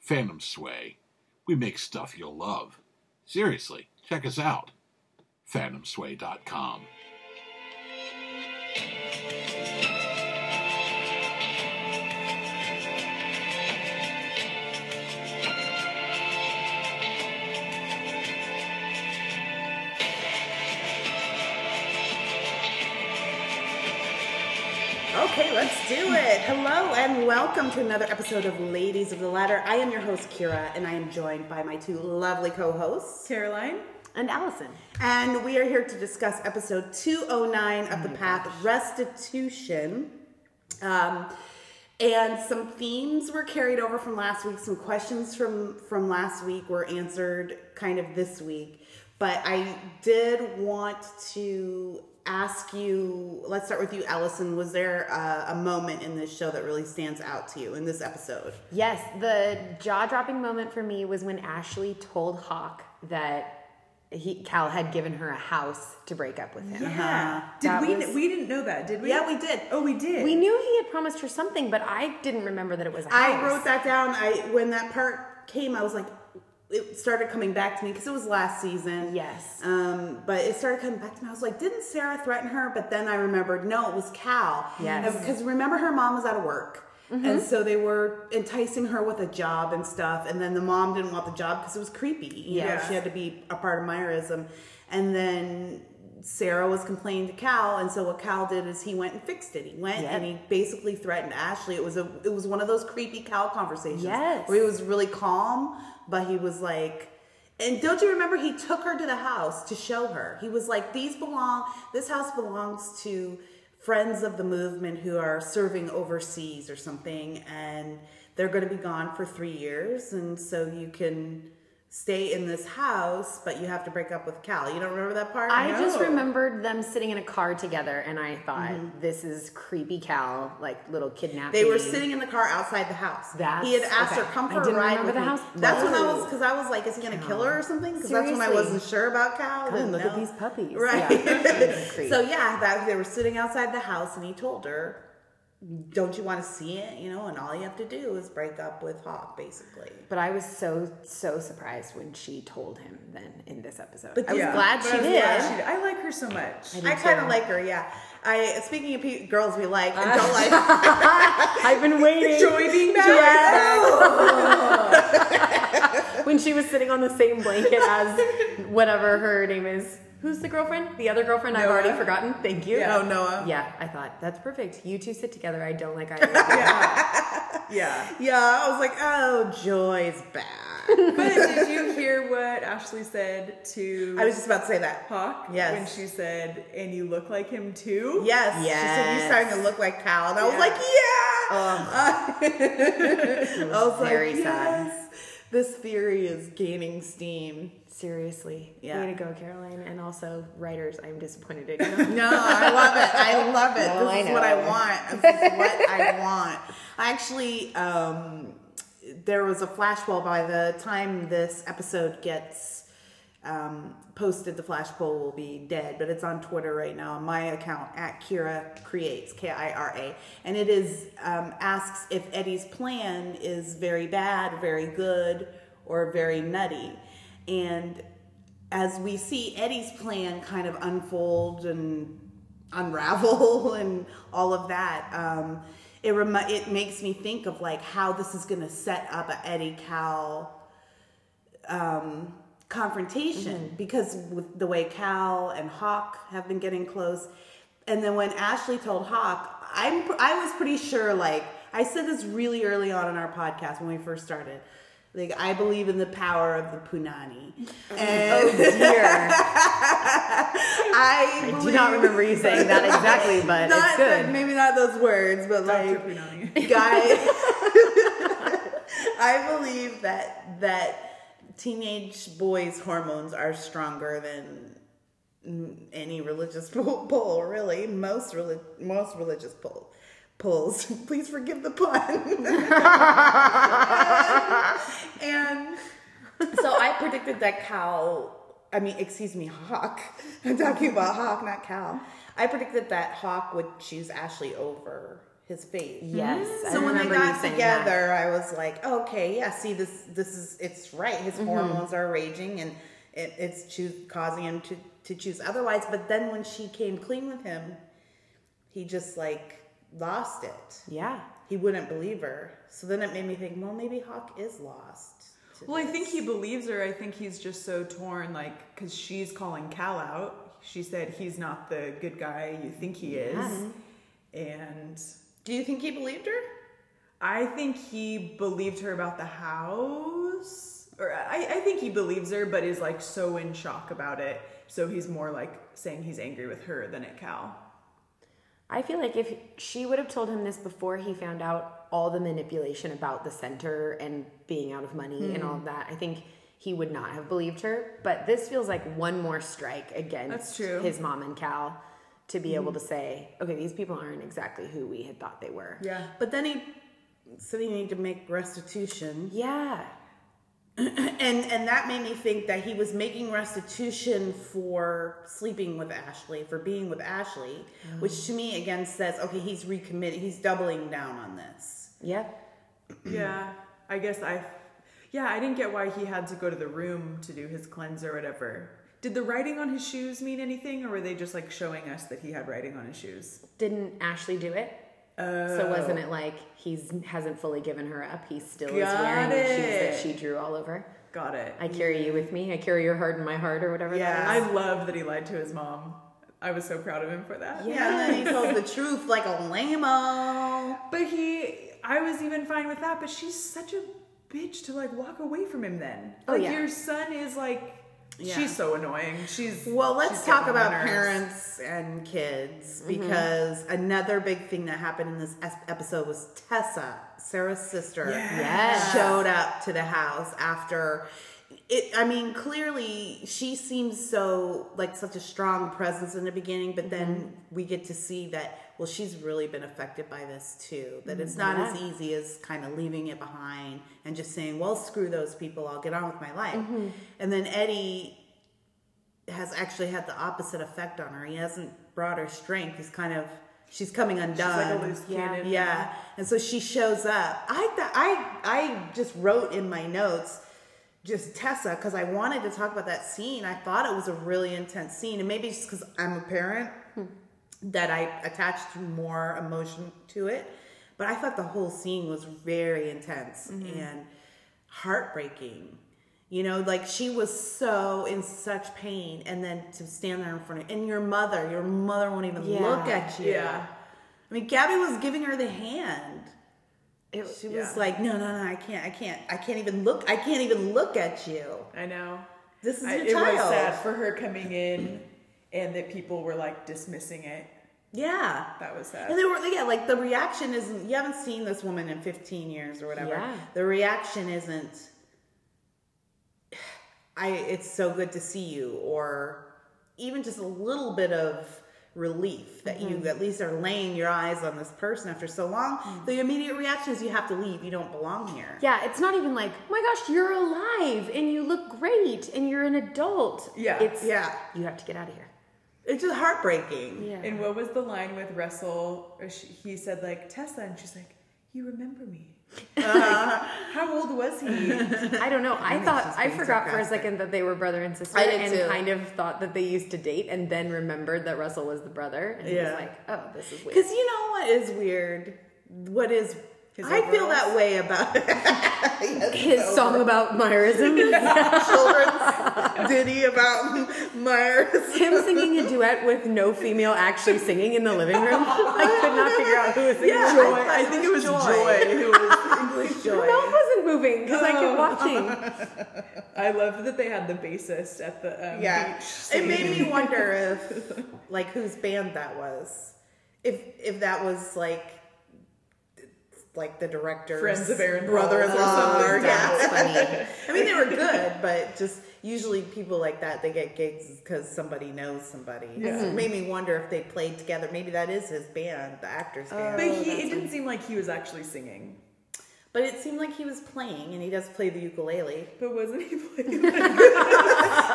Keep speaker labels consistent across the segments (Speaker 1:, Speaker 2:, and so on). Speaker 1: Phantom Sway. We make stuff you'll love. Seriously, check us out. PhantomSway.com.
Speaker 2: Okay, let's do it. Hello and welcome to another episode of Ladies of the Ladder. I am your host, Kira, and I am joined by my two lovely co hosts,
Speaker 3: Caroline.
Speaker 4: And Allison.
Speaker 2: and we are here to discuss episode 209 of The Path Restitution. Um, and some themes were carried over from last week. Some questions from from last week were answered kind of this week. But I did want to ask you. Let's start with you, Allison. Was there a, a moment in this show that really stands out to you in this episode?
Speaker 4: Yes, the jaw dropping moment for me was when Ashley told Hawk that he, Cal had given her a house to break up with him.
Speaker 3: Yeah.
Speaker 4: That
Speaker 3: Did we?
Speaker 4: was-
Speaker 3: we didn't know that, did we?
Speaker 2: Yeah, we did.
Speaker 3: Oh, we did.
Speaker 4: We knew he had promised her something, but I didn't remember that it was a house.
Speaker 2: I wrote that down. I when that part came, I was like, it started coming back to me because it was last season.
Speaker 4: Yes.
Speaker 2: Um, but it started coming back to me. I was like, didn't Sarah threaten her? But then I remembered, no, it was Cal.
Speaker 4: Yes. Mm-hmm.
Speaker 2: Because remember, her mom was out of work. And so they were enticing her with a job and stuff, and then the mom didn't want the job because it was creepy. You know,
Speaker 4: Yes.
Speaker 2: she had to be a part of Myerism. And then Sarah was complaining to Cal, and so what Cal did is he went and fixed it. He went
Speaker 4: Yep.
Speaker 2: and he basically threatened Ashley. It was a it was one of those creepy Cal conversations
Speaker 4: Yes.
Speaker 2: where he was really calm, but he was like. And don't you remember he took her to the house to show her? He was like, "These belong. This house belongs to friends of the movement who are serving overseas or something, and they're going to be gone for three years, and so you can." Stay in this house, but you have to break up with Cal. You don't remember that part?
Speaker 4: I just
Speaker 3: No.
Speaker 4: remembered them sitting in a car together, and I thought, this is creepy Cal, like little kidnapping.
Speaker 2: Mm-hmm. They were sitting in the car outside the house.
Speaker 4: That's-
Speaker 2: he had asked her
Speaker 4: okay.
Speaker 2: come for
Speaker 4: I didn't
Speaker 2: a ride
Speaker 4: remember
Speaker 2: with
Speaker 4: the
Speaker 2: me."
Speaker 4: house.
Speaker 2: That's when I
Speaker 4: No.
Speaker 2: was because I was like, is he gonna kill her or something? Because that's when I
Speaker 4: Seriously.
Speaker 2: wasn't sure about Cal.
Speaker 4: God,
Speaker 2: didn't
Speaker 4: look at
Speaker 2: know.
Speaker 4: these puppies.
Speaker 2: right?
Speaker 4: Yeah. Creep.
Speaker 2: so yeah, that they were sitting outside the house, and he told her, "Don't you want to see it? You know, and all you have to do is break up with Hawk, basically."
Speaker 4: But I was so so surprised when she told him then in this episode.
Speaker 2: But
Speaker 4: I was
Speaker 2: yeah,
Speaker 4: glad
Speaker 3: But
Speaker 4: she
Speaker 3: I was
Speaker 4: did.
Speaker 3: glad she did. I like her so much.
Speaker 2: I kind of like her, yeah. I speaking of pe- girls we like
Speaker 4: Uh,
Speaker 2: and don't like,
Speaker 4: I've been waiting.
Speaker 3: Joy being back.
Speaker 4: when she was sitting on the same blanket as whatever her name is. Who's the girlfriend? The other girlfriend I've
Speaker 3: Noah.
Speaker 4: already forgotten. Thank you.
Speaker 3: Yeah. Oh,
Speaker 2: Noah.
Speaker 4: Yeah, I thought that's perfect. You two sit together. I don't like either. of you.
Speaker 3: Yeah.
Speaker 2: yeah. I was like, oh, Joy's back.
Speaker 3: But did you hear what Ashley said to
Speaker 2: I was just about to say that.
Speaker 3: Hawk
Speaker 2: Yes.
Speaker 3: when she said, "And you look like him too"?
Speaker 2: Yes. She said, You're
Speaker 4: Yes. Oh,
Speaker 2: starting to look like Cal. And I was
Speaker 3: Yeah.
Speaker 2: like, Yeah. I was
Speaker 4: very
Speaker 2: like,
Speaker 4: sad.
Speaker 2: "Yes, This theory is gaining steam.
Speaker 4: Seriously,
Speaker 2: Yeah.
Speaker 4: way to go, Caroline, and also writers. I'm disappointed in you.
Speaker 2: No, I love it. I love it.
Speaker 4: Well,
Speaker 2: this
Speaker 4: I
Speaker 2: is what I
Speaker 4: know.
Speaker 2: want. This is what I want. I actually, um, there was a flash poll. By the time this episode gets um, posted, the flash poll will be dead. But it's on Twitter right now. On my account at Kira Creates K I R A, and it is um, asks if Eddie's plan is very bad, very good, or very nutty, and as we see Eddie's plan kind of unfold and unravel and all of that, um, it remi- it makes me think of like how this is going to set up a Eddie Cal um, confrontation
Speaker 4: Mm-hmm.
Speaker 2: because with the way Cal and Hawk have been getting close, and then when Ashley told Hawk, I'm I was pretty sure like I said this really early on in our podcast when we first started. Like I believe in the power of the punani, and
Speaker 4: Oh dear.
Speaker 2: I,
Speaker 4: I do not
Speaker 2: believe-
Speaker 4: remember you saying that exactly, but
Speaker 2: not
Speaker 4: it's good.
Speaker 2: that- maybe not those words, but
Speaker 3: Dr.
Speaker 2: like
Speaker 3: Punani.
Speaker 2: guy. I believe that that teenage boys' hormones are stronger than mm, any religious pull, pull really. Most relig- most religious pull pulls. Please forgive the pun. and so I predicted that Cal, I mean, excuse me, Hawk. I'm talking about Hawk, not Cal. I predicted that Hawk would choose Ashley over his face.
Speaker 4: Yes. I
Speaker 2: So when they
Speaker 4: remember you
Speaker 2: got
Speaker 4: saying that.
Speaker 2: together, I was like, okay, yeah, see, this this is it's right. His hormones are raging, and it, it's choose, causing him to to choose otherwise. But then when she came clean with him, he just like lost it.
Speaker 4: Yeah.
Speaker 2: He wouldn't believe her. So then it made me think, well, maybe Hawk is lost. to
Speaker 3: Well, I
Speaker 2: this.
Speaker 3: think he believes her. I think he's just so torn, like, because she's calling Cal out. She said he's not the good guy you think he is. And
Speaker 2: Do you think he believed her?
Speaker 3: I think he believed her about the house. Or I, I think he believes her, but is like so in shock about it. So he's more like saying he's angry with her than at Cal.
Speaker 4: I feel like if she would have told him this before he found out all the manipulation about the center and being out of money and
Speaker 3: Hmm.
Speaker 4: all of that, I think he would not have believed her. But this feels like one more strike against
Speaker 3: That's true. Hmm.
Speaker 4: his mom and Cal to be able to say, okay, these people aren't exactly who we had thought they were.
Speaker 3: Yeah.
Speaker 2: But then he said he needed to make restitution.
Speaker 4: Yeah.
Speaker 2: and and that made me think that he was making restitution for sleeping with Ashley, for being with Ashley, which to me again says, okay, he's recommitted, he's doubling down on this.
Speaker 4: Yep.
Speaker 3: yeah. I guess I. Yeah, I didn't get why he had to go to the room to do his cleanse or whatever. Did the writing on his shoes mean anything, or were they just like showing us that he had writing on his shoes?
Speaker 4: Didn't Ashley do it?
Speaker 3: Oh.
Speaker 4: So wasn't it like he's hasn't fully given her up? He still is
Speaker 3: Got
Speaker 4: wearing the shoes that
Speaker 3: it.
Speaker 4: she drew all over.
Speaker 3: Got it.
Speaker 4: I carry you with me. I carry your heart in my heart, or whatever.
Speaker 3: yeah,
Speaker 4: That is.
Speaker 3: I love that he lied to his mom. I was so proud of him for that.
Speaker 2: Yeah, and then he told the truth like a lame-o.
Speaker 3: But he, I was even fine with that. But she's such a bitch to like walk away from him. Then,
Speaker 4: Oh,
Speaker 3: like
Speaker 4: yeah.
Speaker 3: your son is like,
Speaker 2: Yeah.
Speaker 3: she's so annoying. She's
Speaker 2: Well, let's
Speaker 3: she's
Speaker 2: talk
Speaker 3: getting on
Speaker 2: about
Speaker 3: my nerves.
Speaker 2: parents
Speaker 3: Mm-hmm.
Speaker 2: and kids because another big thing that happened in this es- episode was Tessa, Sarah's sister,
Speaker 3: Yes.
Speaker 4: Yes.
Speaker 2: showed up to the house after. It, I mean, clearly she seems so like such a strong presence in the beginning, but then
Speaker 3: Mm-hmm.
Speaker 2: we get to see that well, she's really been affected by this too. That it's not as easy as kind of leaving it behind and just saying, "Well, screw those people, I'll get on with my life."
Speaker 3: Mm-hmm.
Speaker 2: And then Eddie has actually had the opposite effect on her. He hasn't brought her strength. He's kind of she's coming
Speaker 3: She's like
Speaker 2: undone.
Speaker 3: a loose
Speaker 4: Yeah.
Speaker 3: cannon.
Speaker 2: yeah, and so she shows up. I thought I I just wrote in my notes just Tessa because I wanted to talk about that scene. I thought it was a really intense scene, and maybe just because I'm a parent that I attached more emotion to it. But I thought the whole scene was very intense
Speaker 3: Mm-hmm.
Speaker 2: and heartbreaking. You know, like she was so in such pain, and then to stand there in front of and your mother, your mother won't even
Speaker 4: Yeah.
Speaker 2: look at you.
Speaker 3: Yeah.
Speaker 2: I mean, Gabby was giving her the hand.
Speaker 4: It-
Speaker 2: She was
Speaker 3: Yeah.
Speaker 2: like, "No, no, no, I can't, I can't, I can't even look, I can't even look at you.
Speaker 3: I know.
Speaker 2: This is
Speaker 3: I,
Speaker 2: your
Speaker 3: it
Speaker 2: child."
Speaker 3: was sad for her coming in, and that people were like dismissing it.
Speaker 2: Yeah,
Speaker 3: That was sad.
Speaker 2: And they were yeah, like the reaction isn't you haven't seen this woman in 15 years or whatever.
Speaker 4: Yeah.
Speaker 2: The reaction isn't I it's so good to see you or even just a little bit of relief that you at least are laying your eyes on this person after so long. The immediate reaction is you have to leave, you don't belong here.
Speaker 4: Yeah, it's not even like, oh my gosh, you're alive and you look great and you're an adult.
Speaker 3: Yeah,
Speaker 4: It's
Speaker 2: yeah.
Speaker 4: you have to get out of here.
Speaker 2: It's just heartbreaking.
Speaker 4: Yeah.
Speaker 3: And what was the line with Russell? Or she, he said like Tessa, and she's like, "You remember me?" Uh-huh. How old was he?
Speaker 4: I don't know. I thought
Speaker 2: she's
Speaker 4: I
Speaker 2: being
Speaker 4: forgot for a
Speaker 2: sarcastic.
Speaker 4: second that they were brother and sister
Speaker 2: I did
Speaker 4: and
Speaker 2: too.
Speaker 4: kind of thought that they used to date and then remembered that Russell was the brother and he was
Speaker 2: Yeah.
Speaker 4: like, Oh, this is weird.
Speaker 2: Because you know what is weird? What is
Speaker 3: His
Speaker 2: I feel that
Speaker 3: overalls.
Speaker 2: way about Yes,
Speaker 4: His
Speaker 2: so-
Speaker 4: song about Myerism,
Speaker 2: children's ditty about Myers.
Speaker 4: him singing a duet with no female actually singing in the living room. I could not figure out who was singing.
Speaker 2: Yeah,
Speaker 3: Joy.
Speaker 2: I- I
Speaker 3: I think it was Joy. who was English
Speaker 4: My
Speaker 3: Joy.
Speaker 4: mouth wasn't moving because I kept watching.
Speaker 3: I love that they had the bassist at the um,
Speaker 2: Yeah,
Speaker 3: beach.
Speaker 2: it
Speaker 3: singing.
Speaker 2: made me wonder if, like, whose band that was, if if that was like, like the director,
Speaker 3: Friends of Aaron
Speaker 2: brother-in-law,
Speaker 3: Paul's or
Speaker 2: or
Speaker 3: something.
Speaker 2: yeah.
Speaker 4: That's funny.
Speaker 2: I mean, they were good, but just usually people like that they get gigs because somebody knows somebody.
Speaker 3: Yeah.
Speaker 2: So it made me wonder if they played together. Maybe that is his band, the actor's band.
Speaker 3: But Oh, he, it didn't seem like he was actually singing.
Speaker 2: But it seemed like he was playing, and he does play the ukulele.
Speaker 3: But wasn't he playing?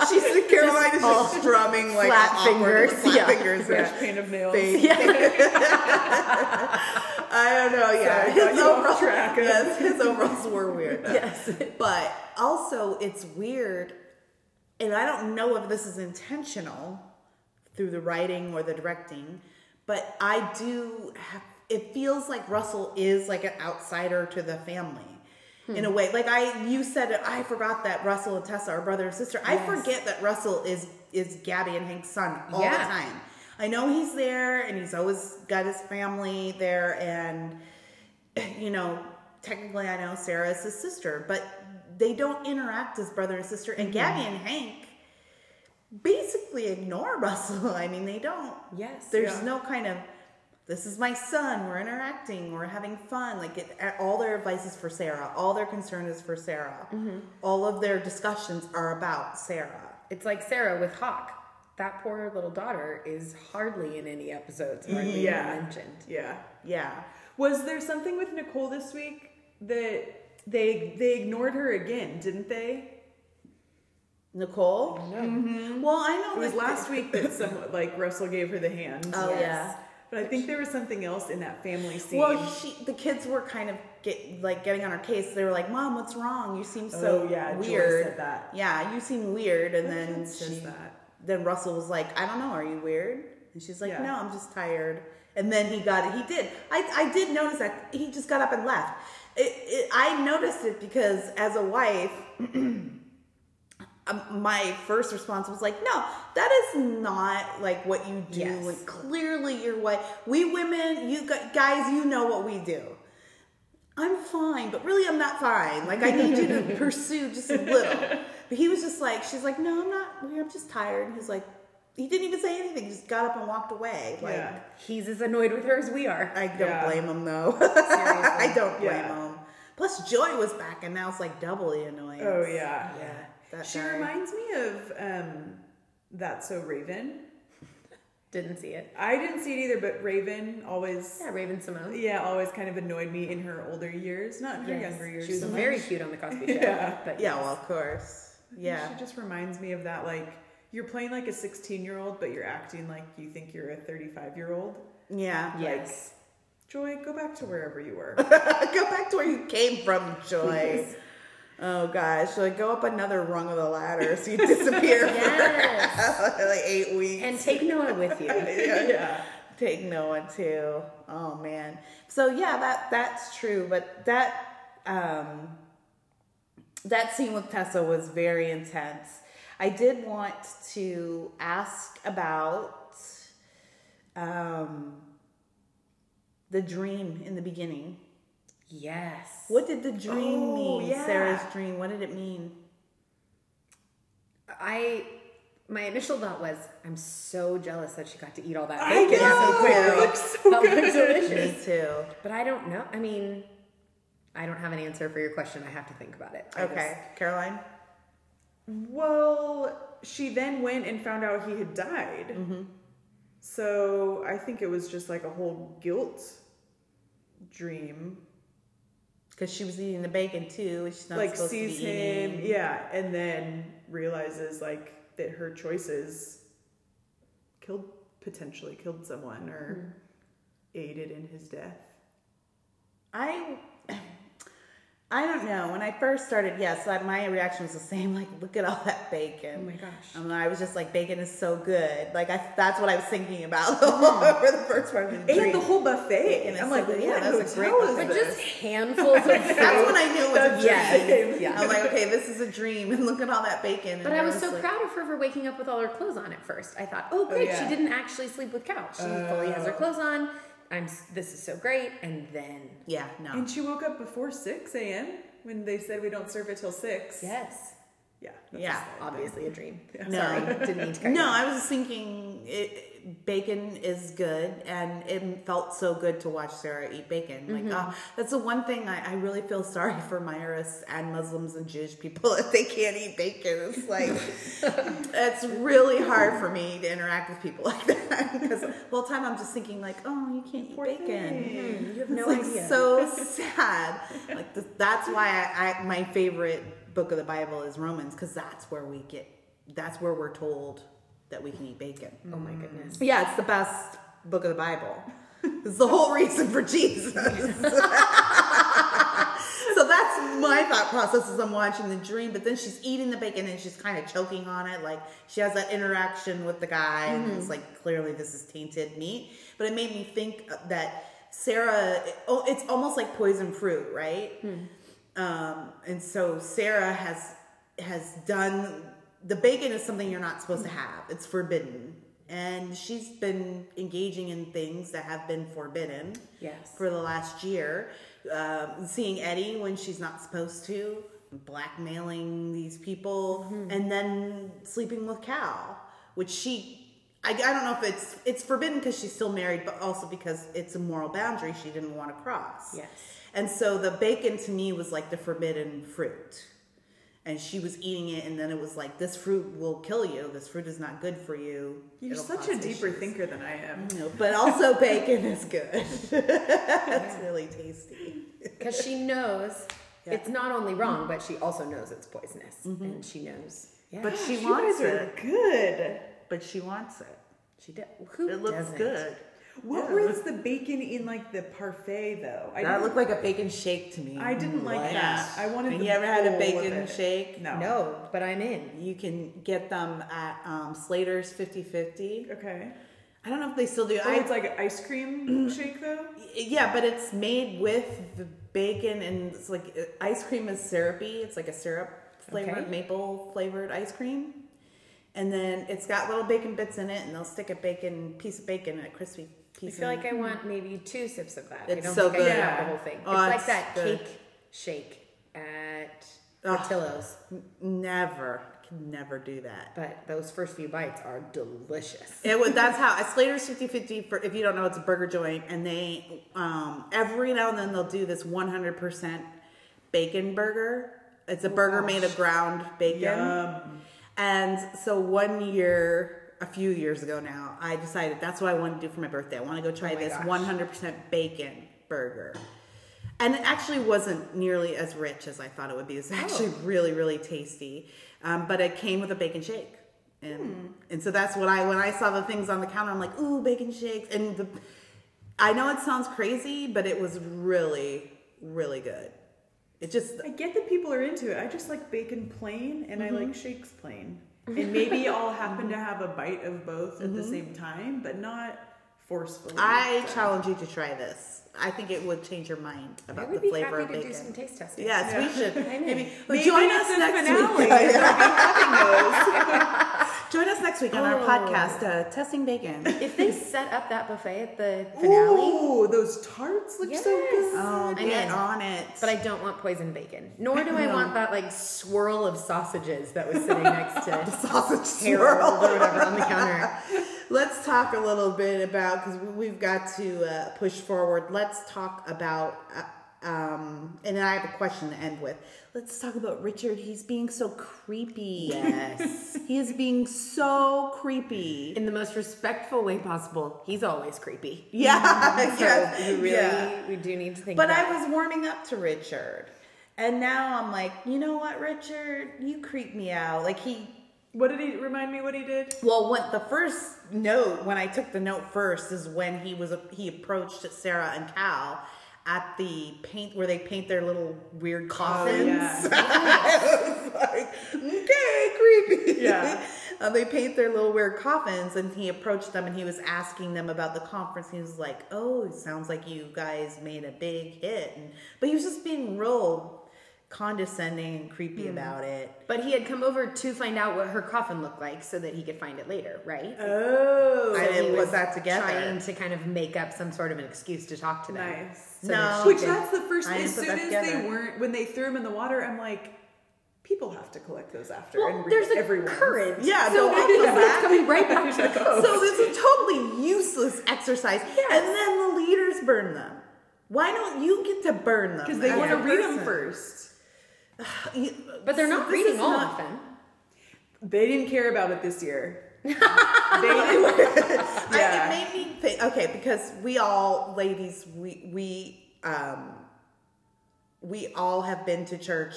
Speaker 2: She's Carolina's just, strumming like
Speaker 4: flat
Speaker 2: all awkward,
Speaker 4: fingers,
Speaker 2: flat
Speaker 4: yeah.
Speaker 2: fingers.
Speaker 3: Fresh paint of nails.
Speaker 2: face. I don't know. Yeah,
Speaker 3: Sorry, I got you off track.
Speaker 2: Yes, his overalls were weird.
Speaker 4: Yes.
Speaker 2: but also it's weird, and I don't know if this is intentional through the writing or the directing, but I do. Have, it feels like Russell is like an outsider to the family. In a way, like I, you said, it, I forgot that Russell and Tessa are brother and sister. I forget that Russell is is Gabby and Hank's son all the
Speaker 4: Yeah.
Speaker 2: time time. I know he's there and he's always got his family there and you know, technically I know Sarah is his sister, but they don't interact as brother and sister
Speaker 3: Mm-hmm.
Speaker 2: and Gabby and Hank basically ignore Russell. I mean, they don't.
Speaker 4: Yes,
Speaker 2: There's
Speaker 3: yeah.
Speaker 2: no kind of this is my son. We're interacting. We're having fun. Like it, all their advice is for Sarah. All their concern is for Sarah.
Speaker 3: Mm-hmm.
Speaker 2: All of their discussions are about Sarah.
Speaker 4: It's like Sarah with Hawk. That poor little daughter is hardly in any episodes, hardly even
Speaker 3: Yeah.
Speaker 4: mentioned.
Speaker 3: Yeah.
Speaker 2: Yeah.
Speaker 3: Was there something with Nicole this week that they they ignored her again, didn't they?
Speaker 2: Nicole? Mm-hmm. Well, I know
Speaker 3: It was
Speaker 2: like,
Speaker 3: last week that someone like Russell gave her the hand.
Speaker 2: Oh, yeah.
Speaker 3: But I think there was something else in that family scene.
Speaker 2: Well, she, the kids were kind of get like getting on her case. They were like, "Mom, what's wrong? You seem so
Speaker 3: Oh, yeah, Joy
Speaker 2: weird."
Speaker 3: said that.
Speaker 2: Yeah, you seem weird. And then
Speaker 3: kid says
Speaker 2: she-
Speaker 3: that?
Speaker 2: Then Russell was like, "I don't know. Are you weird?" And she's like,
Speaker 3: Yeah.
Speaker 2: "No, I'm just tired." And then he got it. He did. I I did notice that he just got up and left. It, it, I noticed it because as a wife. um, My first response was like, "No, that is not like what you do.
Speaker 4: Yes.
Speaker 2: Like clearly, you're what we women, you gu- guys, you know what we do. I'm fine, but really I'm not fine. Like I need you to pursue just a little. But he was just like, she's like, no, I'm not. weird. I'm just tired. And he's like, he didn't even say anything. He just got up and walked away. Like
Speaker 3: yeah.
Speaker 4: He's as annoyed with her as we are.
Speaker 2: I don't
Speaker 3: Yeah.
Speaker 2: blame him though. I don't blame
Speaker 3: Yeah.
Speaker 2: him. Plus Joy was back, and now it's like doubly annoying.
Speaker 3: Oh yeah.
Speaker 2: yeah. That
Speaker 3: She
Speaker 2: guy.
Speaker 3: reminds me of um That's So Raven.
Speaker 4: Didn't see it.
Speaker 3: I didn't see it either, but Raven always
Speaker 4: Yeah, Raven Simone.
Speaker 3: yeah, always kind of annoyed me in her older years, not in her
Speaker 4: Yes.
Speaker 3: younger years.
Speaker 4: She was
Speaker 3: so much.
Speaker 4: very cute on the Cosby Show.
Speaker 3: Yeah.
Speaker 4: But
Speaker 2: yeah, well, of course. Yeah,
Speaker 3: She just reminds me of that like you're playing like a 16 year old, but you're acting like you think you're a 35 year old.
Speaker 2: yeah.
Speaker 4: yes.
Speaker 3: Joy, go back to wherever you were.
Speaker 2: go back to where you came from, Joy. Oh gosh, like go up another rung of the ladder so you disappear
Speaker 4: yes.
Speaker 2: for like eight weeks.
Speaker 4: And take Noah with you.
Speaker 3: yeah.
Speaker 2: Take no one too. Oh man. So yeah, that that's true, but that um that scene with Tessa was very intense. I did want to ask about um the dream in the beginning.
Speaker 4: Yes.
Speaker 2: What did the dream
Speaker 3: Oh,
Speaker 2: mean?
Speaker 3: yeah.
Speaker 2: Sarah's dream. What did it mean?
Speaker 4: I my initial thought was I'm so jealous that she got to eat all that
Speaker 3: I
Speaker 4: bacon so
Speaker 3: know. It
Speaker 4: quickly.
Speaker 3: looks so
Speaker 4: That looked
Speaker 3: good.
Speaker 2: Me
Speaker 4: delicious.
Speaker 2: too.
Speaker 4: But I don't know. I mean, I don't have an answer for your question. I have to think about it. I
Speaker 2: Okay, Caroline.
Speaker 3: Well, she then went and found out he had died.
Speaker 4: Mm-hmm.
Speaker 3: So I think it was just like a whole guilt dream.
Speaker 2: Because she was eating the bacon too. and She's not
Speaker 3: like
Speaker 2: supposed
Speaker 3: sees
Speaker 2: to be eating.
Speaker 3: him, yeah, and then realizes like that her choices killed potentially killed someone
Speaker 2: Hmm.
Speaker 3: or aided in his death.
Speaker 2: I I don't know. When I first started, yes, I- my reaction was the same. Like, look at all that bacon. Oh
Speaker 3: my gosh.
Speaker 2: And I was just like, bacon is so good. Like, I, that's what I was thinking about over the first part of the
Speaker 3: Ate
Speaker 2: dream.
Speaker 3: Mm. the whole buffet.
Speaker 2: And
Speaker 3: I'm
Speaker 2: I
Speaker 3: like,
Speaker 2: said that, yeah,
Speaker 3: what
Speaker 2: that was a great
Speaker 3: hotel is
Speaker 4: guess. But
Speaker 3: this?
Speaker 4: just handfuls of
Speaker 2: that's
Speaker 4: food.
Speaker 2: when I knew it was a
Speaker 4: That's
Speaker 2: dream.
Speaker 4: dream. Yeah.
Speaker 2: I'm like, okay, this is a dream, and look at all that bacon. And
Speaker 4: But I was
Speaker 2: everyone's
Speaker 4: so
Speaker 2: like-
Speaker 4: proud of her for waking up with all her clothes on at first. I thought, oh great,
Speaker 3: yeah.
Speaker 4: she didn't actually sleep with Cal. She fully
Speaker 2: Oh.
Speaker 4: has her clothes on. I'm. s- This is so great. And then
Speaker 2: Yeah, no.
Speaker 3: And she woke up before 6 a.m. when they said we don't serve it till 6.
Speaker 4: yes,
Speaker 3: Yeah.
Speaker 2: yeah.
Speaker 4: obviously a dream.
Speaker 2: No.
Speaker 4: Sorry, didn't mean to. cut you
Speaker 2: No,
Speaker 4: off.
Speaker 2: I was thinking it, bacon is good, and it felt so good to watch Sarah eat bacon. Like, ah, that's the one thing I, I really feel sorry for Myrists and Muslims and Jewish people if they can't eat bacon. It's like it's really hard for me to interact with people like that because the whole time I'm just thinking like, oh, you can't eat bacon.
Speaker 4: Hmm, You
Speaker 2: It's
Speaker 4: have no
Speaker 2: like
Speaker 4: idea.
Speaker 2: so sad. Like th- that's why I, I my favorite book of the Bible is Romans because that's where we get that's where we're told that we can eat bacon.
Speaker 4: Oh my goodness.
Speaker 2: Yeah, it's the best book of the Bible. It's the whole reason for Jesus. so that's my thought process as I'm watching the dream. But then she's eating the bacon and she's kind of choking on it. Like she has that interaction with the guy, and it's like clearly this is tainted meat. But it made me think that Sarah. Oh, it's almost like poison fruit, right? Um, and so Sarah has has done the bacon is something you're not supposed to have. It's forbidden. And she's been engaging in things that have been forbidden
Speaker 4: Yes.
Speaker 2: for the last year. Um, seeing Eddie when she's not supposed to, blackmailing these people, and then sleeping with Cal, which she. I, I don't know if it's it's forbidden because she's still married, but also because it's a moral boundary she didn't want to cross.
Speaker 4: Yes.
Speaker 2: And so the bacon to me was like the forbidden fruit. And she was eating it, and then it was like, "This fruit will kill you. This fruit is not good for you."
Speaker 3: You're
Speaker 2: It'll
Speaker 3: such
Speaker 2: cause
Speaker 3: a deeper
Speaker 2: issues." Mm-hmm.
Speaker 3: thinker than I am.
Speaker 2: No, but also bacon is good. That's really tasty.
Speaker 4: Because she knows
Speaker 2: Yeah. Mm-hmm.
Speaker 4: it's not only wrong, but she also knows it's poisonous. And she knows. Yeah.
Speaker 2: But she
Speaker 3: You
Speaker 2: wants
Speaker 3: guys are
Speaker 2: it.
Speaker 3: good.
Speaker 2: But she wants it.
Speaker 4: she did. Who
Speaker 2: It looks
Speaker 4: doesn't?
Speaker 2: good.
Speaker 3: What
Speaker 2: Yeah.
Speaker 3: was the bacon in like the parfait though? I
Speaker 2: That
Speaker 3: didn't-
Speaker 2: looked like a bacon shake to me.
Speaker 3: I didn't like
Speaker 2: What?
Speaker 3: that. I wanted
Speaker 2: Have
Speaker 3: the
Speaker 2: you ever had
Speaker 3: bowl
Speaker 2: a
Speaker 3: of
Speaker 2: bacon
Speaker 3: it.
Speaker 2: shake?
Speaker 3: No.
Speaker 4: No, but I'm in.
Speaker 2: You can get them at um, Slater's 50 50.
Speaker 3: Okay.
Speaker 2: I don't know if they still do.
Speaker 3: Oh,
Speaker 2: I,
Speaker 3: it's like an ice cream shake though.
Speaker 2: yeah, but it's made with the bacon and it's like uh, ice cream is syrupy. It's like a syrup flavored,
Speaker 4: Okay.
Speaker 2: maple flavored ice cream. And then it's got little bacon bits in it, and they'll stick a bacon piece of bacon in a crispy
Speaker 4: I
Speaker 2: piece.
Speaker 4: feel
Speaker 2: in
Speaker 4: like I want maybe two sips of that. I
Speaker 2: hmm. It's
Speaker 4: don't
Speaker 2: so
Speaker 4: think I can
Speaker 3: good.
Speaker 4: have the whole thing.
Speaker 2: Oh,
Speaker 4: it's like
Speaker 2: it's
Speaker 4: that
Speaker 2: good.
Speaker 4: cake shake at
Speaker 2: Ugh.
Speaker 4: Portillo's.
Speaker 2: Never, can never do that.
Speaker 4: But those first few bites are delicious.
Speaker 2: It would. That's how Slater's 50-50 for if you don't know, it's a burger joint, and they um, every now and then they'll do this one hundred percent bacon burger. It's a burger made of ground bacon.
Speaker 3: Yum.
Speaker 2: Um, And so one year, a few years ago now, I decided that's what I want to do for my birthday. I want to go try this
Speaker 4: gosh.
Speaker 2: one hundred percent bacon burger. And it actually wasn't nearly as rich as I thought it would be. It's actually really, really tasty. Um, but it came with a bacon shake. And, and so that's what I, when I saw the things on the counter, I'm like, ooh, bacon shakes. And the, I know it sounds crazy, but it was really, really good. It just,
Speaker 3: I get that people are into it. I just like bacon plain and I like shakes plain. And maybe I'll happen to have a bite of both at the same time, but not forcefully.
Speaker 2: I challenge you to try this. I think it would change your mind
Speaker 4: I
Speaker 2: about
Speaker 4: would
Speaker 2: the
Speaker 4: be
Speaker 2: flavor
Speaker 4: happy
Speaker 2: of
Speaker 4: to
Speaker 2: bacon.
Speaker 4: do some taste testing.
Speaker 2: yes, we should.
Speaker 4: I'm in.
Speaker 2: Maybe,
Speaker 3: Maybe
Speaker 2: join
Speaker 3: it's
Speaker 2: us
Speaker 3: the
Speaker 2: next
Speaker 3: finale.
Speaker 2: week.
Speaker 3: They'll be having those.
Speaker 2: Join us next week on our
Speaker 4: Oh.
Speaker 2: podcast, uh, Testing Bacon.
Speaker 4: If they set up that buffet at the finale,
Speaker 3: Ooh, those tarts look so
Speaker 4: Yes.
Speaker 3: good. Um,
Speaker 2: Oh,
Speaker 4: I
Speaker 2: get
Speaker 4: mean,
Speaker 2: on it.
Speaker 4: But I don't want poison bacon. Nor do I want that like swirl of sausages that was sitting next to
Speaker 2: sausage
Speaker 4: Harold
Speaker 2: swirl.
Speaker 4: or whatever on the counter.
Speaker 2: Let's talk a little bit about because we've got to uh, push forward. Let's talk about. Uh, um, and then I have a question to end with. Let's talk about Richard. He's being so creepy.
Speaker 4: Yes.
Speaker 2: he is being so creepy.
Speaker 4: In the most respectful way possible. He's always creepy.
Speaker 2: Yeah,
Speaker 4: So
Speaker 2: yes,
Speaker 4: we really
Speaker 2: yeah.
Speaker 4: we do need to think
Speaker 2: But
Speaker 4: about
Speaker 2: I was warming up to Richard, and now I'm like, you know what, Richard, you creep me out. Like he
Speaker 3: What did he remind me what he did?
Speaker 2: Well, when the first note when I took the note first is when he was he approached Sarah and Cal at the paint where they paint their little weird coffins.
Speaker 3: Oh, yeah.
Speaker 2: I was like, okay, creepy.
Speaker 3: Yeah.
Speaker 2: Uh, they paint their little weird coffins, and he approached them and he was asking them about the conference. He was like, "Oh, it sounds like you guys made a big hit," and, but he was just being real condescending and creepy
Speaker 3: Hmm.
Speaker 2: about it.
Speaker 4: But he had come over to find out what her coffin looked like so that he could find it later, right?
Speaker 3: Oh,
Speaker 2: I
Speaker 4: He
Speaker 2: didn't
Speaker 4: was
Speaker 2: put that together.
Speaker 4: Trying to kind of make up some sort of an excuse to talk to them.
Speaker 3: nice.
Speaker 4: So that
Speaker 2: No.
Speaker 4: she
Speaker 3: Which
Speaker 4: could-
Speaker 3: that's the first.
Speaker 2: I didn't
Speaker 3: As
Speaker 2: put
Speaker 3: soon
Speaker 2: that
Speaker 3: as
Speaker 2: together.
Speaker 3: they weren't, when they threw him in the water, I'm like, people have to collect those after.
Speaker 4: well,
Speaker 3: and read
Speaker 4: there's a
Speaker 3: everyone.
Speaker 4: current.
Speaker 2: Yeah,
Speaker 4: so
Speaker 2: no,
Speaker 4: all
Speaker 2: I
Speaker 4: of
Speaker 2: know
Speaker 4: that's
Speaker 2: that.
Speaker 4: coming right back to the coast.
Speaker 2: So this is a totally useless exercise. And then the leaders burn them. Why don't you get to burn them?
Speaker 3: because they
Speaker 2: as
Speaker 3: want to
Speaker 2: a
Speaker 3: read them
Speaker 2: person?
Speaker 3: first.
Speaker 2: You-
Speaker 4: But they're not
Speaker 2: this
Speaker 4: reading
Speaker 2: is
Speaker 4: all
Speaker 2: not-
Speaker 4: of them.
Speaker 3: They didn't care about it this year. they didn't. Yeah.
Speaker 2: I, it made me think. Okay, because we all ladies, we we um, we all have been to church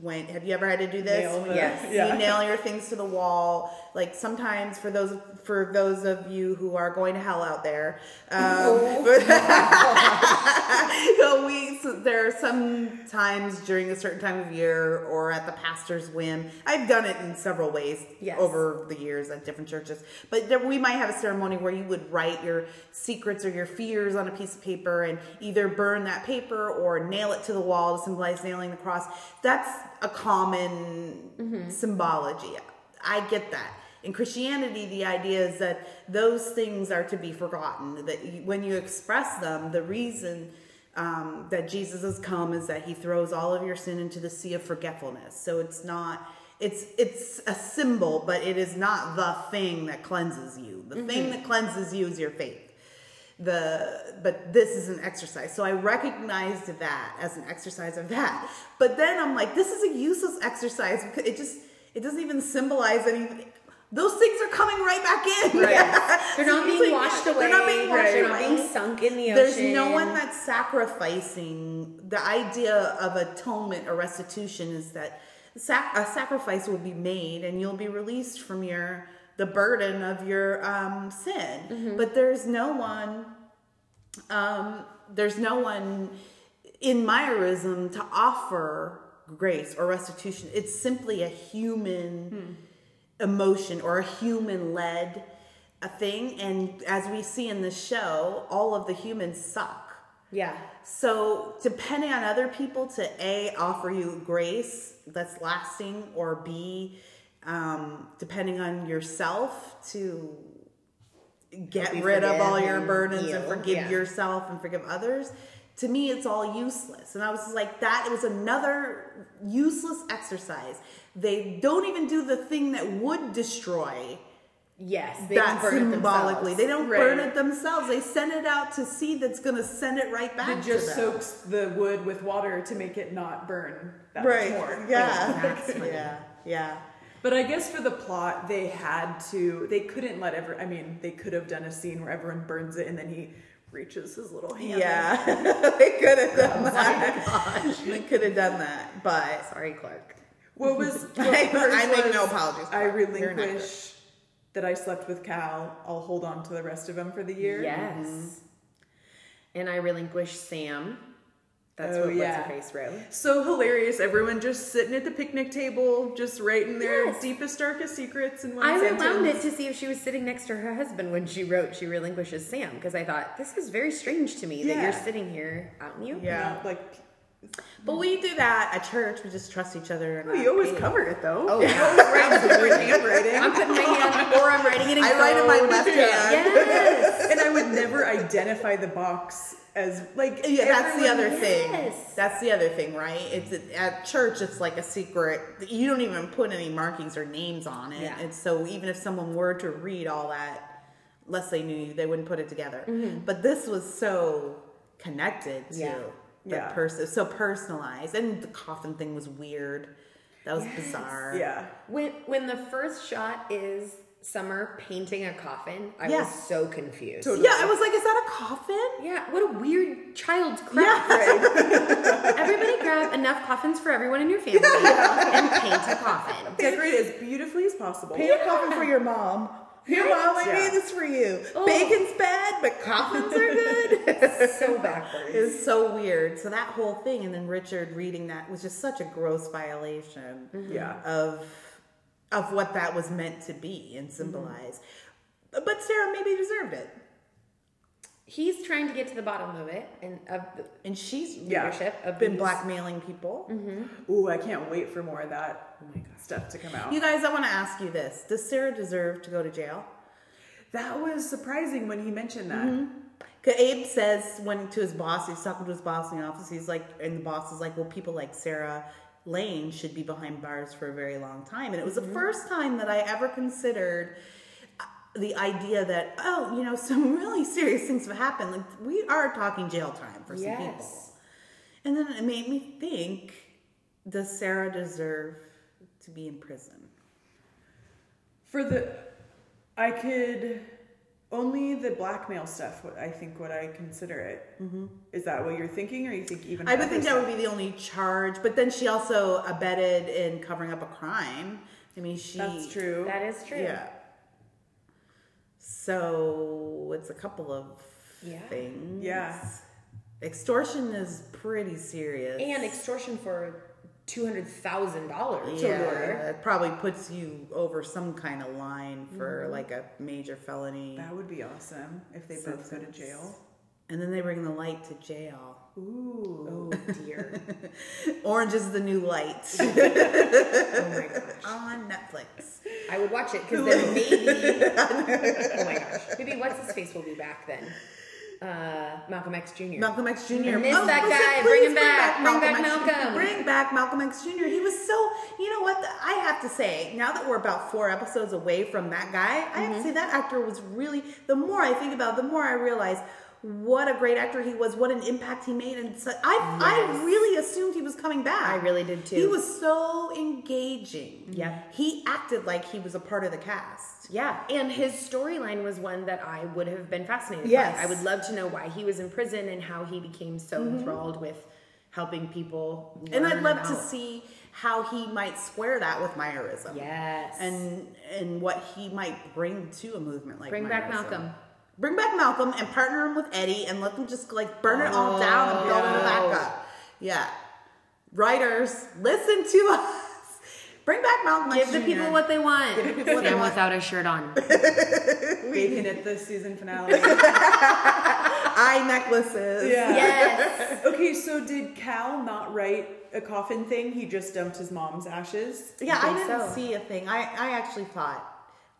Speaker 2: when have you ever had to do this?
Speaker 3: Nail the-
Speaker 5: Yes.
Speaker 3: yeah.
Speaker 2: You nail your things to the wall. Like sometimes for those for those of you who are going to hell out there,
Speaker 3: Oh.
Speaker 2: um, we so there are some times during a certain time of year or at the pastor's whim. I've done it in several ways
Speaker 5: Yes.
Speaker 2: over the years at different churches, but there, we might have a ceremony where you would write your secrets or your fears on a piece of paper and either burn that paper or nail it to the wall to symbolize nailing the cross. That's a common symbology. I get that. In Christianity, the idea is that those things are to be forgotten. That you- when you express them, the reason um, that Jesus has come is that he throws all of your sin into the sea of forgetfulness. So it's not it's it's a symbol, but it is not the thing that cleanses you.
Speaker 5: Mm-hmm.
Speaker 2: The thing that cleanses you is your faith. The but this is an exercise. So I recognized that as an exercise of that. But then I'm like, this is a useless exercise because it just it doesn't even symbolize anything. Those things are coming right back in.
Speaker 5: They're
Speaker 2: So
Speaker 5: not
Speaker 2: it's
Speaker 5: being
Speaker 2: like,
Speaker 5: washed away.
Speaker 2: They're not being washed
Speaker 5: They're
Speaker 2: away.
Speaker 5: not being sunk in the ocean.
Speaker 2: There's no one that's sacrificing. The idea of atonement or restitution is that sac- a sacrifice will be made and you'll be released from your the burden of your um, sin.
Speaker 5: Mm-hmm.
Speaker 2: But there's no one. Um, there's no one in Myerism to offer grace or restitution. It's simply a human
Speaker 5: Hmm.
Speaker 2: emotion or a human led a thing and as we see in the show all of the humans suck
Speaker 5: Yeah.
Speaker 2: so depending on other people to a offer you grace that's lasting or b um, depending on yourself to get
Speaker 5: Help you
Speaker 2: rid of
Speaker 5: forgive
Speaker 2: all your
Speaker 5: and
Speaker 2: burdens
Speaker 5: heal,
Speaker 2: and forgive
Speaker 5: yeah.
Speaker 2: yourself and forgive others to me it's all useless and i was just like that it was another useless exercise they don't even do the thing that would destroy
Speaker 5: Yes. They
Speaker 2: that
Speaker 5: convert it
Speaker 2: symbolically. They
Speaker 5: themselves.
Speaker 2: don't
Speaker 3: Right.
Speaker 2: burn it themselves. They send it out to seed that's going to send it right back.
Speaker 3: It just
Speaker 2: to them.
Speaker 3: soaks the wood with water to make it not burn that
Speaker 2: right.
Speaker 3: much more.
Speaker 2: Yeah.
Speaker 4: That's funny.
Speaker 2: yeah. Yeah.
Speaker 3: But I guess for the plot, they had to. They couldn't let every. I mean, they could have done a scene where everyone burns it and then he reaches his little hand. in.
Speaker 2: Yeah. they could have done that. They could have done that, but
Speaker 4: Sorry, Clark.
Speaker 3: What was? What
Speaker 2: I
Speaker 3: hers
Speaker 2: make no
Speaker 3: was,
Speaker 2: apologies,
Speaker 3: I
Speaker 2: Clark. You're an
Speaker 3: relinquish that I slept with Cal. I'll hold on to the rest of them for the year.
Speaker 4: Yes. Mm-hmm. And I relinquish Sam. That's
Speaker 3: Oh,
Speaker 4: what
Speaker 3: yeah.
Speaker 4: What's Her Face wrote.
Speaker 3: So hilarious! Everyone just sitting at the picnic table, just writing their
Speaker 4: Yes.
Speaker 3: deepest, darkest secrets in one
Speaker 4: I
Speaker 3: sentence.
Speaker 4: rewound it to see if she was sitting next to her husband when she wrote she relinquishes Sam because I thought this is very strange to me that
Speaker 3: Yeah.
Speaker 4: you're sitting here out in the open.
Speaker 2: yeah.
Speaker 3: Not like
Speaker 2: But we do that at church. We just trust each other. And
Speaker 3: oh, you always cover it though.
Speaker 4: Oh yeah, I'm
Speaker 3: handwriting.
Speaker 4: putting my hand or I'm writing it in
Speaker 2: I write in my
Speaker 4: code.
Speaker 2: left hand.
Speaker 4: Yes.
Speaker 3: and I would never identify the box as like.
Speaker 2: Yeah, that's the
Speaker 3: everyone-
Speaker 2: other thing.
Speaker 4: Yes.
Speaker 2: That's the other thing, right? It's at church. It's like a secret. You don't even put any markings or names on it,
Speaker 4: Yeah.
Speaker 2: and so even if someone were to read all that, unless they knew you, they wouldn't put it together. But this was so connected to
Speaker 4: Yeah.
Speaker 2: the
Speaker 3: Mm-hmm. Yeah.
Speaker 2: person, so personalized, and the coffin thing was weird. That was bizarre.
Speaker 3: Yeah.
Speaker 4: When when the first shot is Summer painting a coffin, I
Speaker 2: Yeah.
Speaker 4: was so confused.
Speaker 2: yeah. I was like, is that a coffin?
Speaker 4: Yeah, what a weird child's craft. Everybody grab enough coffins for everyone in your family and paint a coffin.
Speaker 3: Decorate as beautifully as possible.
Speaker 2: Paint a coffin for your mom. Your mom, I
Speaker 3: Yeah.
Speaker 2: made this for you.
Speaker 4: Oh.
Speaker 2: Bacon's bad, but coffins are good.
Speaker 4: so backwards.
Speaker 2: It was so weird. So that whole thing, and then Richard reading that was just such a gross violation
Speaker 4: Mm-hmm.
Speaker 3: Yeah.
Speaker 2: of of what that was meant to be
Speaker 4: Mm-hmm.
Speaker 2: and symbolize. But- But Sarah maybe deserved it,
Speaker 4: He's trying to get to the bottom of it and of the
Speaker 2: and she's
Speaker 3: Yeah.
Speaker 4: leadership of
Speaker 2: been
Speaker 4: these-
Speaker 2: blackmailing people.
Speaker 4: Mm-hmm.
Speaker 3: Ooh, I can't wait for more of that stuff to come out.
Speaker 2: You guys, I want to ask you this: Does Sarah deserve to go to jail?
Speaker 3: that was surprising when he mentioned that.
Speaker 2: Mm-hmm. 'Cause Abe says when to his boss, he's talking to his boss in the office. He's like, and the boss is like, "Well, people like Sarah Lane should be behind bars for a very long time." And it was the first time that I ever considered uh, the idea that oh, you know, some really serious things have happened. Like we are talking jail time for some people.
Speaker 4: Yes.
Speaker 2: And then it made me think: Does Sarah deserve to be in prison?
Speaker 3: For the, I could Only the blackmail stuff. What I think, what I consider it is that what you're thinking, or you think even
Speaker 2: Mm-hmm. I would think that
Speaker 3: other
Speaker 2: would be the only charge, but then she also abetted in covering up a crime. I mean, she.
Speaker 3: stuff? That's true.
Speaker 5: That is true.
Speaker 2: Yeah. So it's a couple of
Speaker 5: Yeah.
Speaker 2: things.
Speaker 3: Yeah.
Speaker 2: Extortion is pretty serious.
Speaker 5: And extortion for two hundred thousand dollars.
Speaker 2: yeah, it probably puts you over some kind of line for like a major felony.
Speaker 3: That would be awesome if they both go to jail.
Speaker 2: And then they bring the light to jail.
Speaker 3: Ooh.
Speaker 5: Oh dear.
Speaker 2: Orange is the new light
Speaker 5: Oh my gosh.
Speaker 2: on Netflix.
Speaker 5: I would watch it because then maybe. Oh my gosh. Maybe what's his face will be back then. Uh, Malcolm X Jr.
Speaker 2: Malcolm X Jr.
Speaker 5: miss that
Speaker 2: Wilson,
Speaker 5: guy.
Speaker 2: please
Speaker 5: Bring him back. Bring back
Speaker 2: X-
Speaker 5: Malcolm.
Speaker 2: Bring back Malcolm X Jr. He was so. You know what? I have to say, now that we're about four episodes away from that guy,
Speaker 5: Mm-hmm.
Speaker 2: I have to say that actor was really. The more I think about, it, the more I realize what a great actor he was. What an impact he made, and so, I I really assumed he was coming back.
Speaker 4: I really did too.
Speaker 2: He was so engaging.
Speaker 4: Yeah.
Speaker 2: He acted like he was a part of the cast.
Speaker 4: Yeah, and his storyline was one that I would have been fascinated
Speaker 2: Yes.
Speaker 4: by. I would love to know why he was in prison and how he became so enthralled with helping people.
Speaker 2: And I'd
Speaker 4: learn
Speaker 2: love to
Speaker 4: about-
Speaker 2: see how he might square that with Myerism.
Speaker 4: Yes.
Speaker 2: and and what he might bring to a movement like
Speaker 4: Bring back
Speaker 2: Myerism.
Speaker 4: Malcolm.
Speaker 2: Bring back Malcolm and partner him with Eddie and let them just like burn it all down and build it
Speaker 4: Oh.
Speaker 2: back up. Yeah, writers, listen to us. Bring back Malcolm.
Speaker 4: Give the people what they want. Give
Speaker 2: the people what they want.
Speaker 4: without a shirt on.
Speaker 3: Bacon at the season finale.
Speaker 2: eye necklaces.
Speaker 4: yes.
Speaker 3: Okay, so did Cal not write a coffin thing? He just dumped his mom's ashes.
Speaker 2: Yeah, I,
Speaker 4: think
Speaker 2: didn't
Speaker 4: so.
Speaker 2: see a thing. I I actually thought,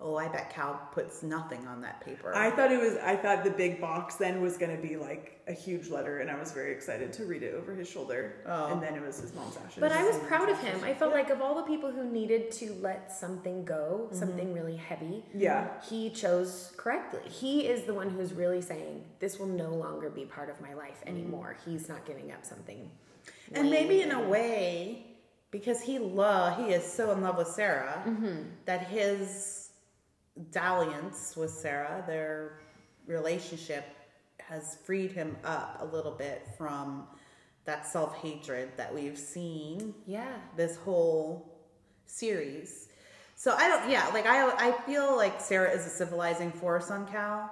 Speaker 2: oh, I bet Cal puts nothing on that paper.
Speaker 3: I thought it was. I thought the big box then was going to be like a huge letter, and I was very excited to read it over his shoulder. Oh. And then it was his mom's ashes.
Speaker 4: But I was proud of him. I felt like of all the people who needed to let something go, something really heavy,
Speaker 3: Yeah.
Speaker 4: he chose correctly. He is the one who's really saying, "This will no longer be part of my life anymore." He's not giving up something.
Speaker 2: And maybe in a way, because he lo- he is so in love with Sarah that his dalliance with Sarah, their relationship, has freed him up a little bit from that self hatred that we've seen
Speaker 4: Yeah.
Speaker 2: this whole series. So I don't, yeah, like I, I feel like Sarah is a civilizing force on Cal,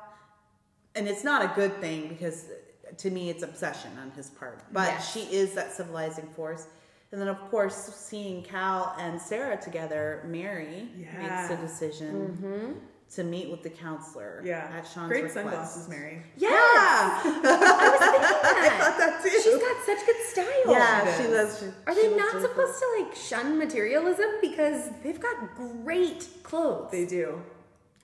Speaker 2: and it's not a good thing because to me it's obsession on his part. But
Speaker 4: Yes.
Speaker 2: she is that civilizing force, and then of course seeing Cal and Sarah together, Mary
Speaker 3: Yeah.
Speaker 2: makes the decision to meet with the counselor.
Speaker 3: Yeah.
Speaker 2: at Sean's
Speaker 3: Great
Speaker 2: request.
Speaker 3: sunglasses, Mary.
Speaker 2: Yeah,
Speaker 4: I
Speaker 2: I thought that too.
Speaker 4: She's got such good style.
Speaker 2: yeah, she does. She,
Speaker 4: Are
Speaker 2: she
Speaker 4: they
Speaker 2: was
Speaker 4: not
Speaker 2: really cool.
Speaker 4: supposed to like shun materialism because they've got great clothes?
Speaker 3: They do.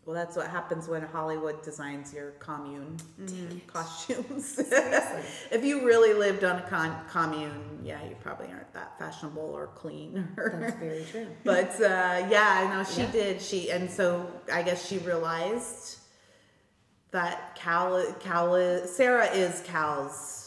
Speaker 2: Well, that's what happens when Hollywood designs your commune
Speaker 4: Mm-hmm.
Speaker 2: costumes. if you really lived on a con- commune, yeah, you probably aren't that fashionable or clean.
Speaker 4: That's very true.
Speaker 2: but uh, yeah, I know she did. She and so I guess she realized that Cal, Cal is, Sarah is Cal's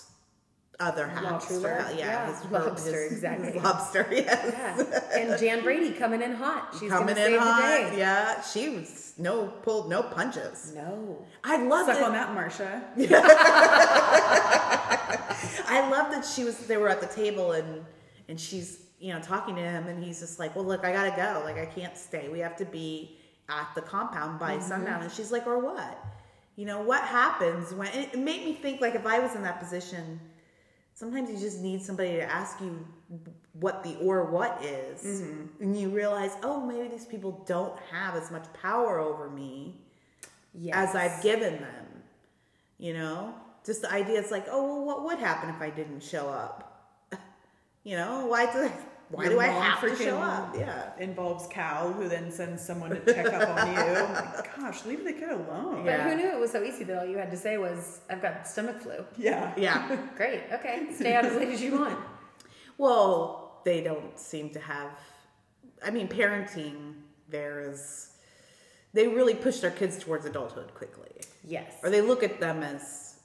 Speaker 2: other half.
Speaker 4: Lobster,
Speaker 2: Yeah,
Speaker 4: yeah.
Speaker 2: his-
Speaker 4: Lobster,
Speaker 2: his- his
Speaker 4: exactly.
Speaker 2: Lobster. Yes
Speaker 4: Yeah. And Jan Brady coming in hot. She's
Speaker 2: coming
Speaker 4: gonna save
Speaker 2: in hot.
Speaker 4: the day.
Speaker 2: Yeah, she was no pulled no punches.
Speaker 4: No.
Speaker 2: I love
Speaker 3: Suck
Speaker 2: that.
Speaker 3: on that, Marsha.
Speaker 2: I love that she was. They were at the table and and she's you know talking to him and he's just like, well, look, I gotta go. Like I can't stay. We have to be at the compound by sundown. And she's like, or what? You know what happens when it, it made me think like if I was in that position, sometimes you just need somebody to ask you what the or what is, and you realize, oh, maybe these people don't have as much power over me
Speaker 4: Yes.
Speaker 2: as I've given them. You know, just the idea it's like, oh, well, what would happen if I didn't show up? You know, why do I, why do I
Speaker 3: Mom
Speaker 2: have to
Speaker 3: freaking
Speaker 2: show up? Yeah.
Speaker 3: Involves Cal, who then sends someone to check up on you. I'm like, gosh, leave the kid alone.
Speaker 4: But
Speaker 2: Yeah.
Speaker 4: who knew it was so easy that all you had to say was, I've got stomach flu.
Speaker 3: Yeah.
Speaker 2: Yeah.
Speaker 4: Great. Okay. Stay out as late as you want.
Speaker 2: well, they don't seem to have. I mean, parenting there is. They really push their kids towards adulthood quickly,
Speaker 4: Yes.
Speaker 2: or they look at them as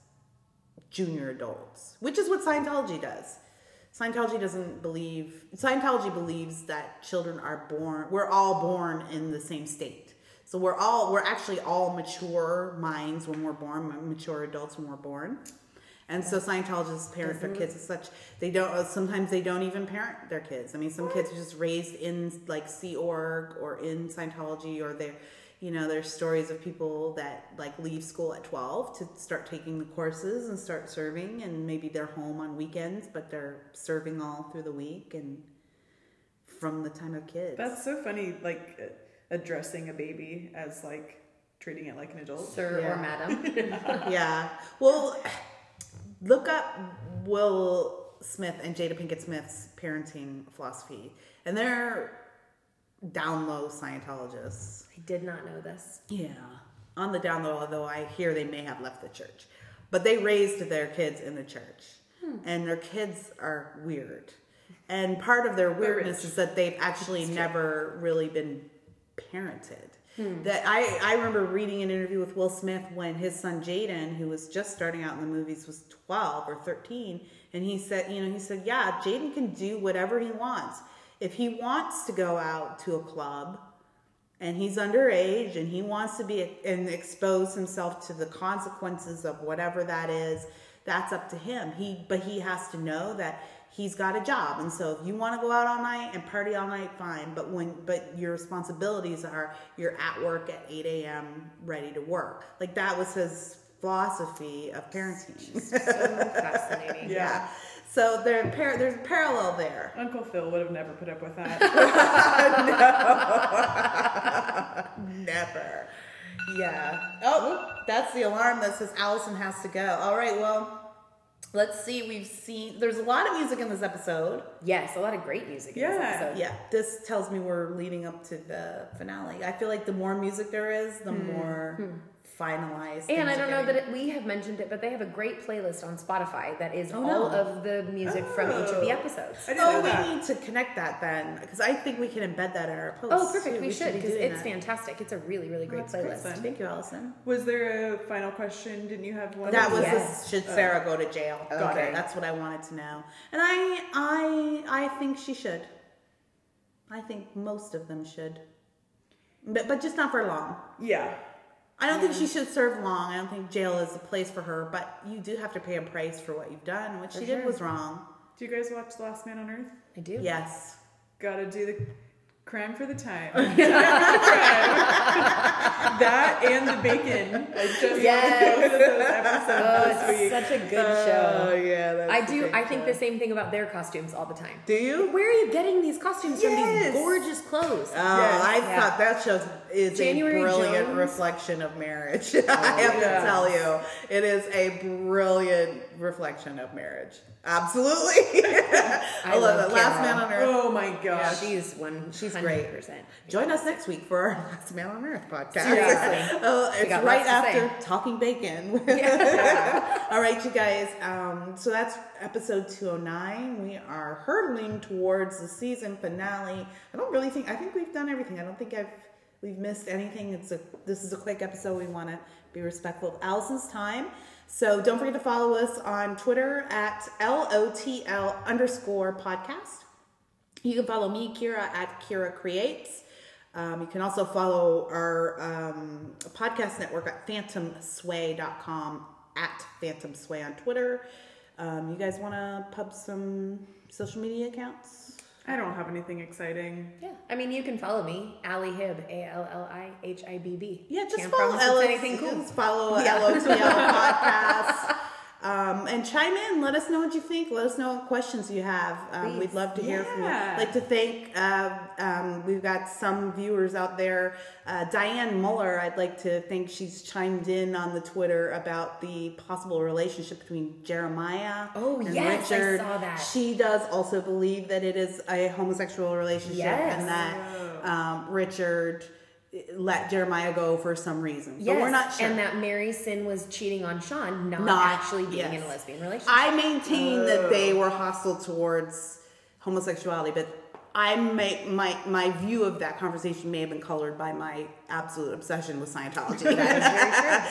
Speaker 2: junior adults, which is what Scientology does. Scientology doesn't believe Scientology believes that children are born we're all born in the same state. So we're all we're actually all mature minds when we're born, mature adults when we're born. And so Scientologists parent their kids as such. They don't uh, sometimes they don't even parent their kids. I mean, some kids are just raised in like Sea Org or in Scientology or they're you know, there's stories of people that like leave school at 12 to start taking the courses and start serving and maybe they're home on weekends but they're serving all through the week and from the time of kids.
Speaker 3: That's so funny, like uh, addressing a baby as like treating it like an adult.
Speaker 5: Sir or
Speaker 2: Yeah.
Speaker 5: madam.
Speaker 2: yeah. Well, look up Will Smith and Jada Pinkett Smith's parenting philosophy, and they're down low Scientologists.
Speaker 5: I did not know this.
Speaker 2: Yeah. On the down low, although I hear they may have left the church, but they raised their kids in the church, and their kids are weird. And part of their weirdness is that they've actually never really been parented. That I, I remember reading an interview with Will Smith when his son Jaden, who was just starting out in the movies, was twelve or thirteen, and he said, you know, he said, yeah, Jaden can do whatever he wants. If he wants to go out to a club, and he's underage and he wants to be e, and expose himself to the consequences of whatever that is that's up to him he but he has to know that he's got a job and so if you want to go out all night and party all night fine but when but your responsibilities are you're at work at 8 a.m ready to work like that was his philosophy of parenting
Speaker 5: So fascinating.
Speaker 2: yeah so there, par- there's a parallel there
Speaker 3: Uncle Phil would have never put up with that.
Speaker 2: Never. Yeah. Oh, that's the alarm that says Allison has to go. All right, well, let's see. We've seen, there's a lot of music in this episode.
Speaker 5: Yes, a lot of great music in
Speaker 3: Yeah.
Speaker 5: this episode.
Speaker 2: Yeah, this tells me we're leading up to the finale. I feel like the more music there is, the more finalized.
Speaker 5: Hmm. And
Speaker 2: things
Speaker 5: I
Speaker 2: are
Speaker 5: don't know that
Speaker 2: getting.
Speaker 5: it, we have mentioned it, but they have a great playlist on Spotify that is
Speaker 2: Oh,
Speaker 5: all
Speaker 2: no.
Speaker 5: of the music from each of the episodes.
Speaker 3: I didn't know
Speaker 2: Oh,
Speaker 3: that.
Speaker 2: we need to connect that then, because I think we can embed that in our post.
Speaker 5: Oh, perfect. We, should
Speaker 2: be
Speaker 5: because
Speaker 2: doing
Speaker 5: it's
Speaker 2: that.
Speaker 5: fantastic. It's a really, really great
Speaker 3: that's great
Speaker 5: playlist.
Speaker 3: then.
Speaker 2: Thank you, Allison.
Speaker 3: Was there a final question? Didn't you have one?
Speaker 2: That was
Speaker 5: Yes.
Speaker 2: the, should Sarah go to jail?
Speaker 3: Got
Speaker 2: okay,
Speaker 3: it.
Speaker 2: that's what I wanted to know. And I, I, I think she should. I think most of them should, but but just not for long.
Speaker 3: yeah.
Speaker 2: I don't think she should serve long. I don't think jail is the place for her. But you do have to pay a price for what you've done. What she did was wrong.
Speaker 3: Do you guys watch The Last Man on Earth?
Speaker 5: I do.
Speaker 2: Yes.
Speaker 3: Gotta do the crime for the time. that and the bacon. I just
Speaker 5: Yes.
Speaker 3: watched both of those episodes
Speaker 5: Oh,
Speaker 3: this week.
Speaker 5: it's such a good show.
Speaker 2: Oh, yeah, that's
Speaker 5: I do. I think the same thing about their costumes all the time.
Speaker 2: Do you?
Speaker 5: Where are you getting these costumes
Speaker 2: Yes.
Speaker 5: from? These gorgeous clothes.
Speaker 2: Oh,
Speaker 3: Yes.
Speaker 2: I
Speaker 5: Yeah.
Speaker 2: thought that show is
Speaker 5: January
Speaker 2: a brilliant
Speaker 5: Jones.
Speaker 2: reflection of marriage. I have
Speaker 3: yeah.
Speaker 2: to tell you, it is a brilliant reflection of marriage. Absolutely. I, love,
Speaker 5: love
Speaker 2: it. Last
Speaker 5: Carol.
Speaker 2: Man on Earth.
Speaker 3: Oh my gosh.
Speaker 5: she's one. She's
Speaker 2: great.
Speaker 5: great. percent
Speaker 2: Join us next week for our Last Man on Earth podcast.
Speaker 5: Seriously.
Speaker 2: Oh, it's
Speaker 5: got
Speaker 2: right
Speaker 5: lots to say.
Speaker 2: after Talking Bacon. All right, you guys. Um, so that's episode 209. We are hurtling towards the season finale. I don't really think, I think we've done everything. I don't think I've, we've missed anything. It's a, this is a quick episode. We want to be respectful of Allison's time. So don't forget to follow us on Twitter at LOTL underscore podcast. You can follow me, Kira, at Kira Creates. Um, you can also follow our um, podcast network at phantomsway.com, at phantomsway on Twitter. Um, you guys want to pub some social media accounts?
Speaker 3: I don't have anything exciting.
Speaker 5: Yeah. I mean, you can follow me, Ali Hib, A L L I H I B B.
Speaker 2: Yeah, just
Speaker 5: Can't
Speaker 2: follow
Speaker 5: promise it's
Speaker 2: LOTL.
Speaker 5: anything cool.
Speaker 2: Just follow LOTL podcast. Um, and chime in. Let us know what you think. Let us know what questions you have. Um, we'd love to hear from you.
Speaker 3: Yeah.
Speaker 2: I'd like to thank, uh, um, we've got some viewers out there. Uh, Diane Muller, I'd like to think she's chimed in on the Twitter about the possible relationship between Jeremiah
Speaker 5: Oh,
Speaker 2: and
Speaker 5: yes, I
Speaker 2: Richard.
Speaker 5: saw that.
Speaker 2: She does also believe that it is a homosexual relationship
Speaker 5: Yes.
Speaker 2: and that um, Richard uh, let Jeremiah go for some reason. But we're not sure.
Speaker 5: And that Mary Sin was cheating on Sean, not,
Speaker 2: Not-
Speaker 5: actually being
Speaker 2: yes.
Speaker 5: in a lesbian relationship.
Speaker 2: I maintain
Speaker 5: Oh.
Speaker 2: that they were hostile towards homosexuality, but I may, my my view of that conversation may have been colored by my absolute obsession with Scientology.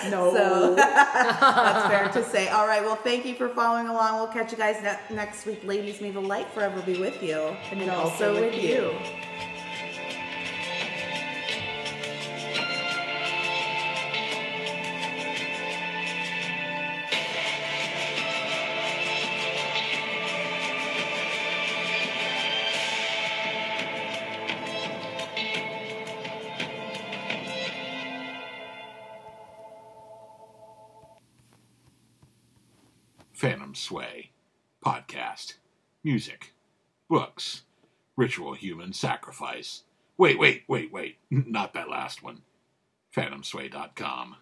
Speaker 3: No.
Speaker 2: So that's fair to say. All right, well, thank you for following along. We'll catch you guys ne- next week. Ladies, may the light forever be with you, and, also, with you.
Speaker 5: you.
Speaker 1: Phantom Sway, podcast, music, books, ritual human sacrifice. Wait, wait, wait, wait. Not that last one. PhantomSway.com.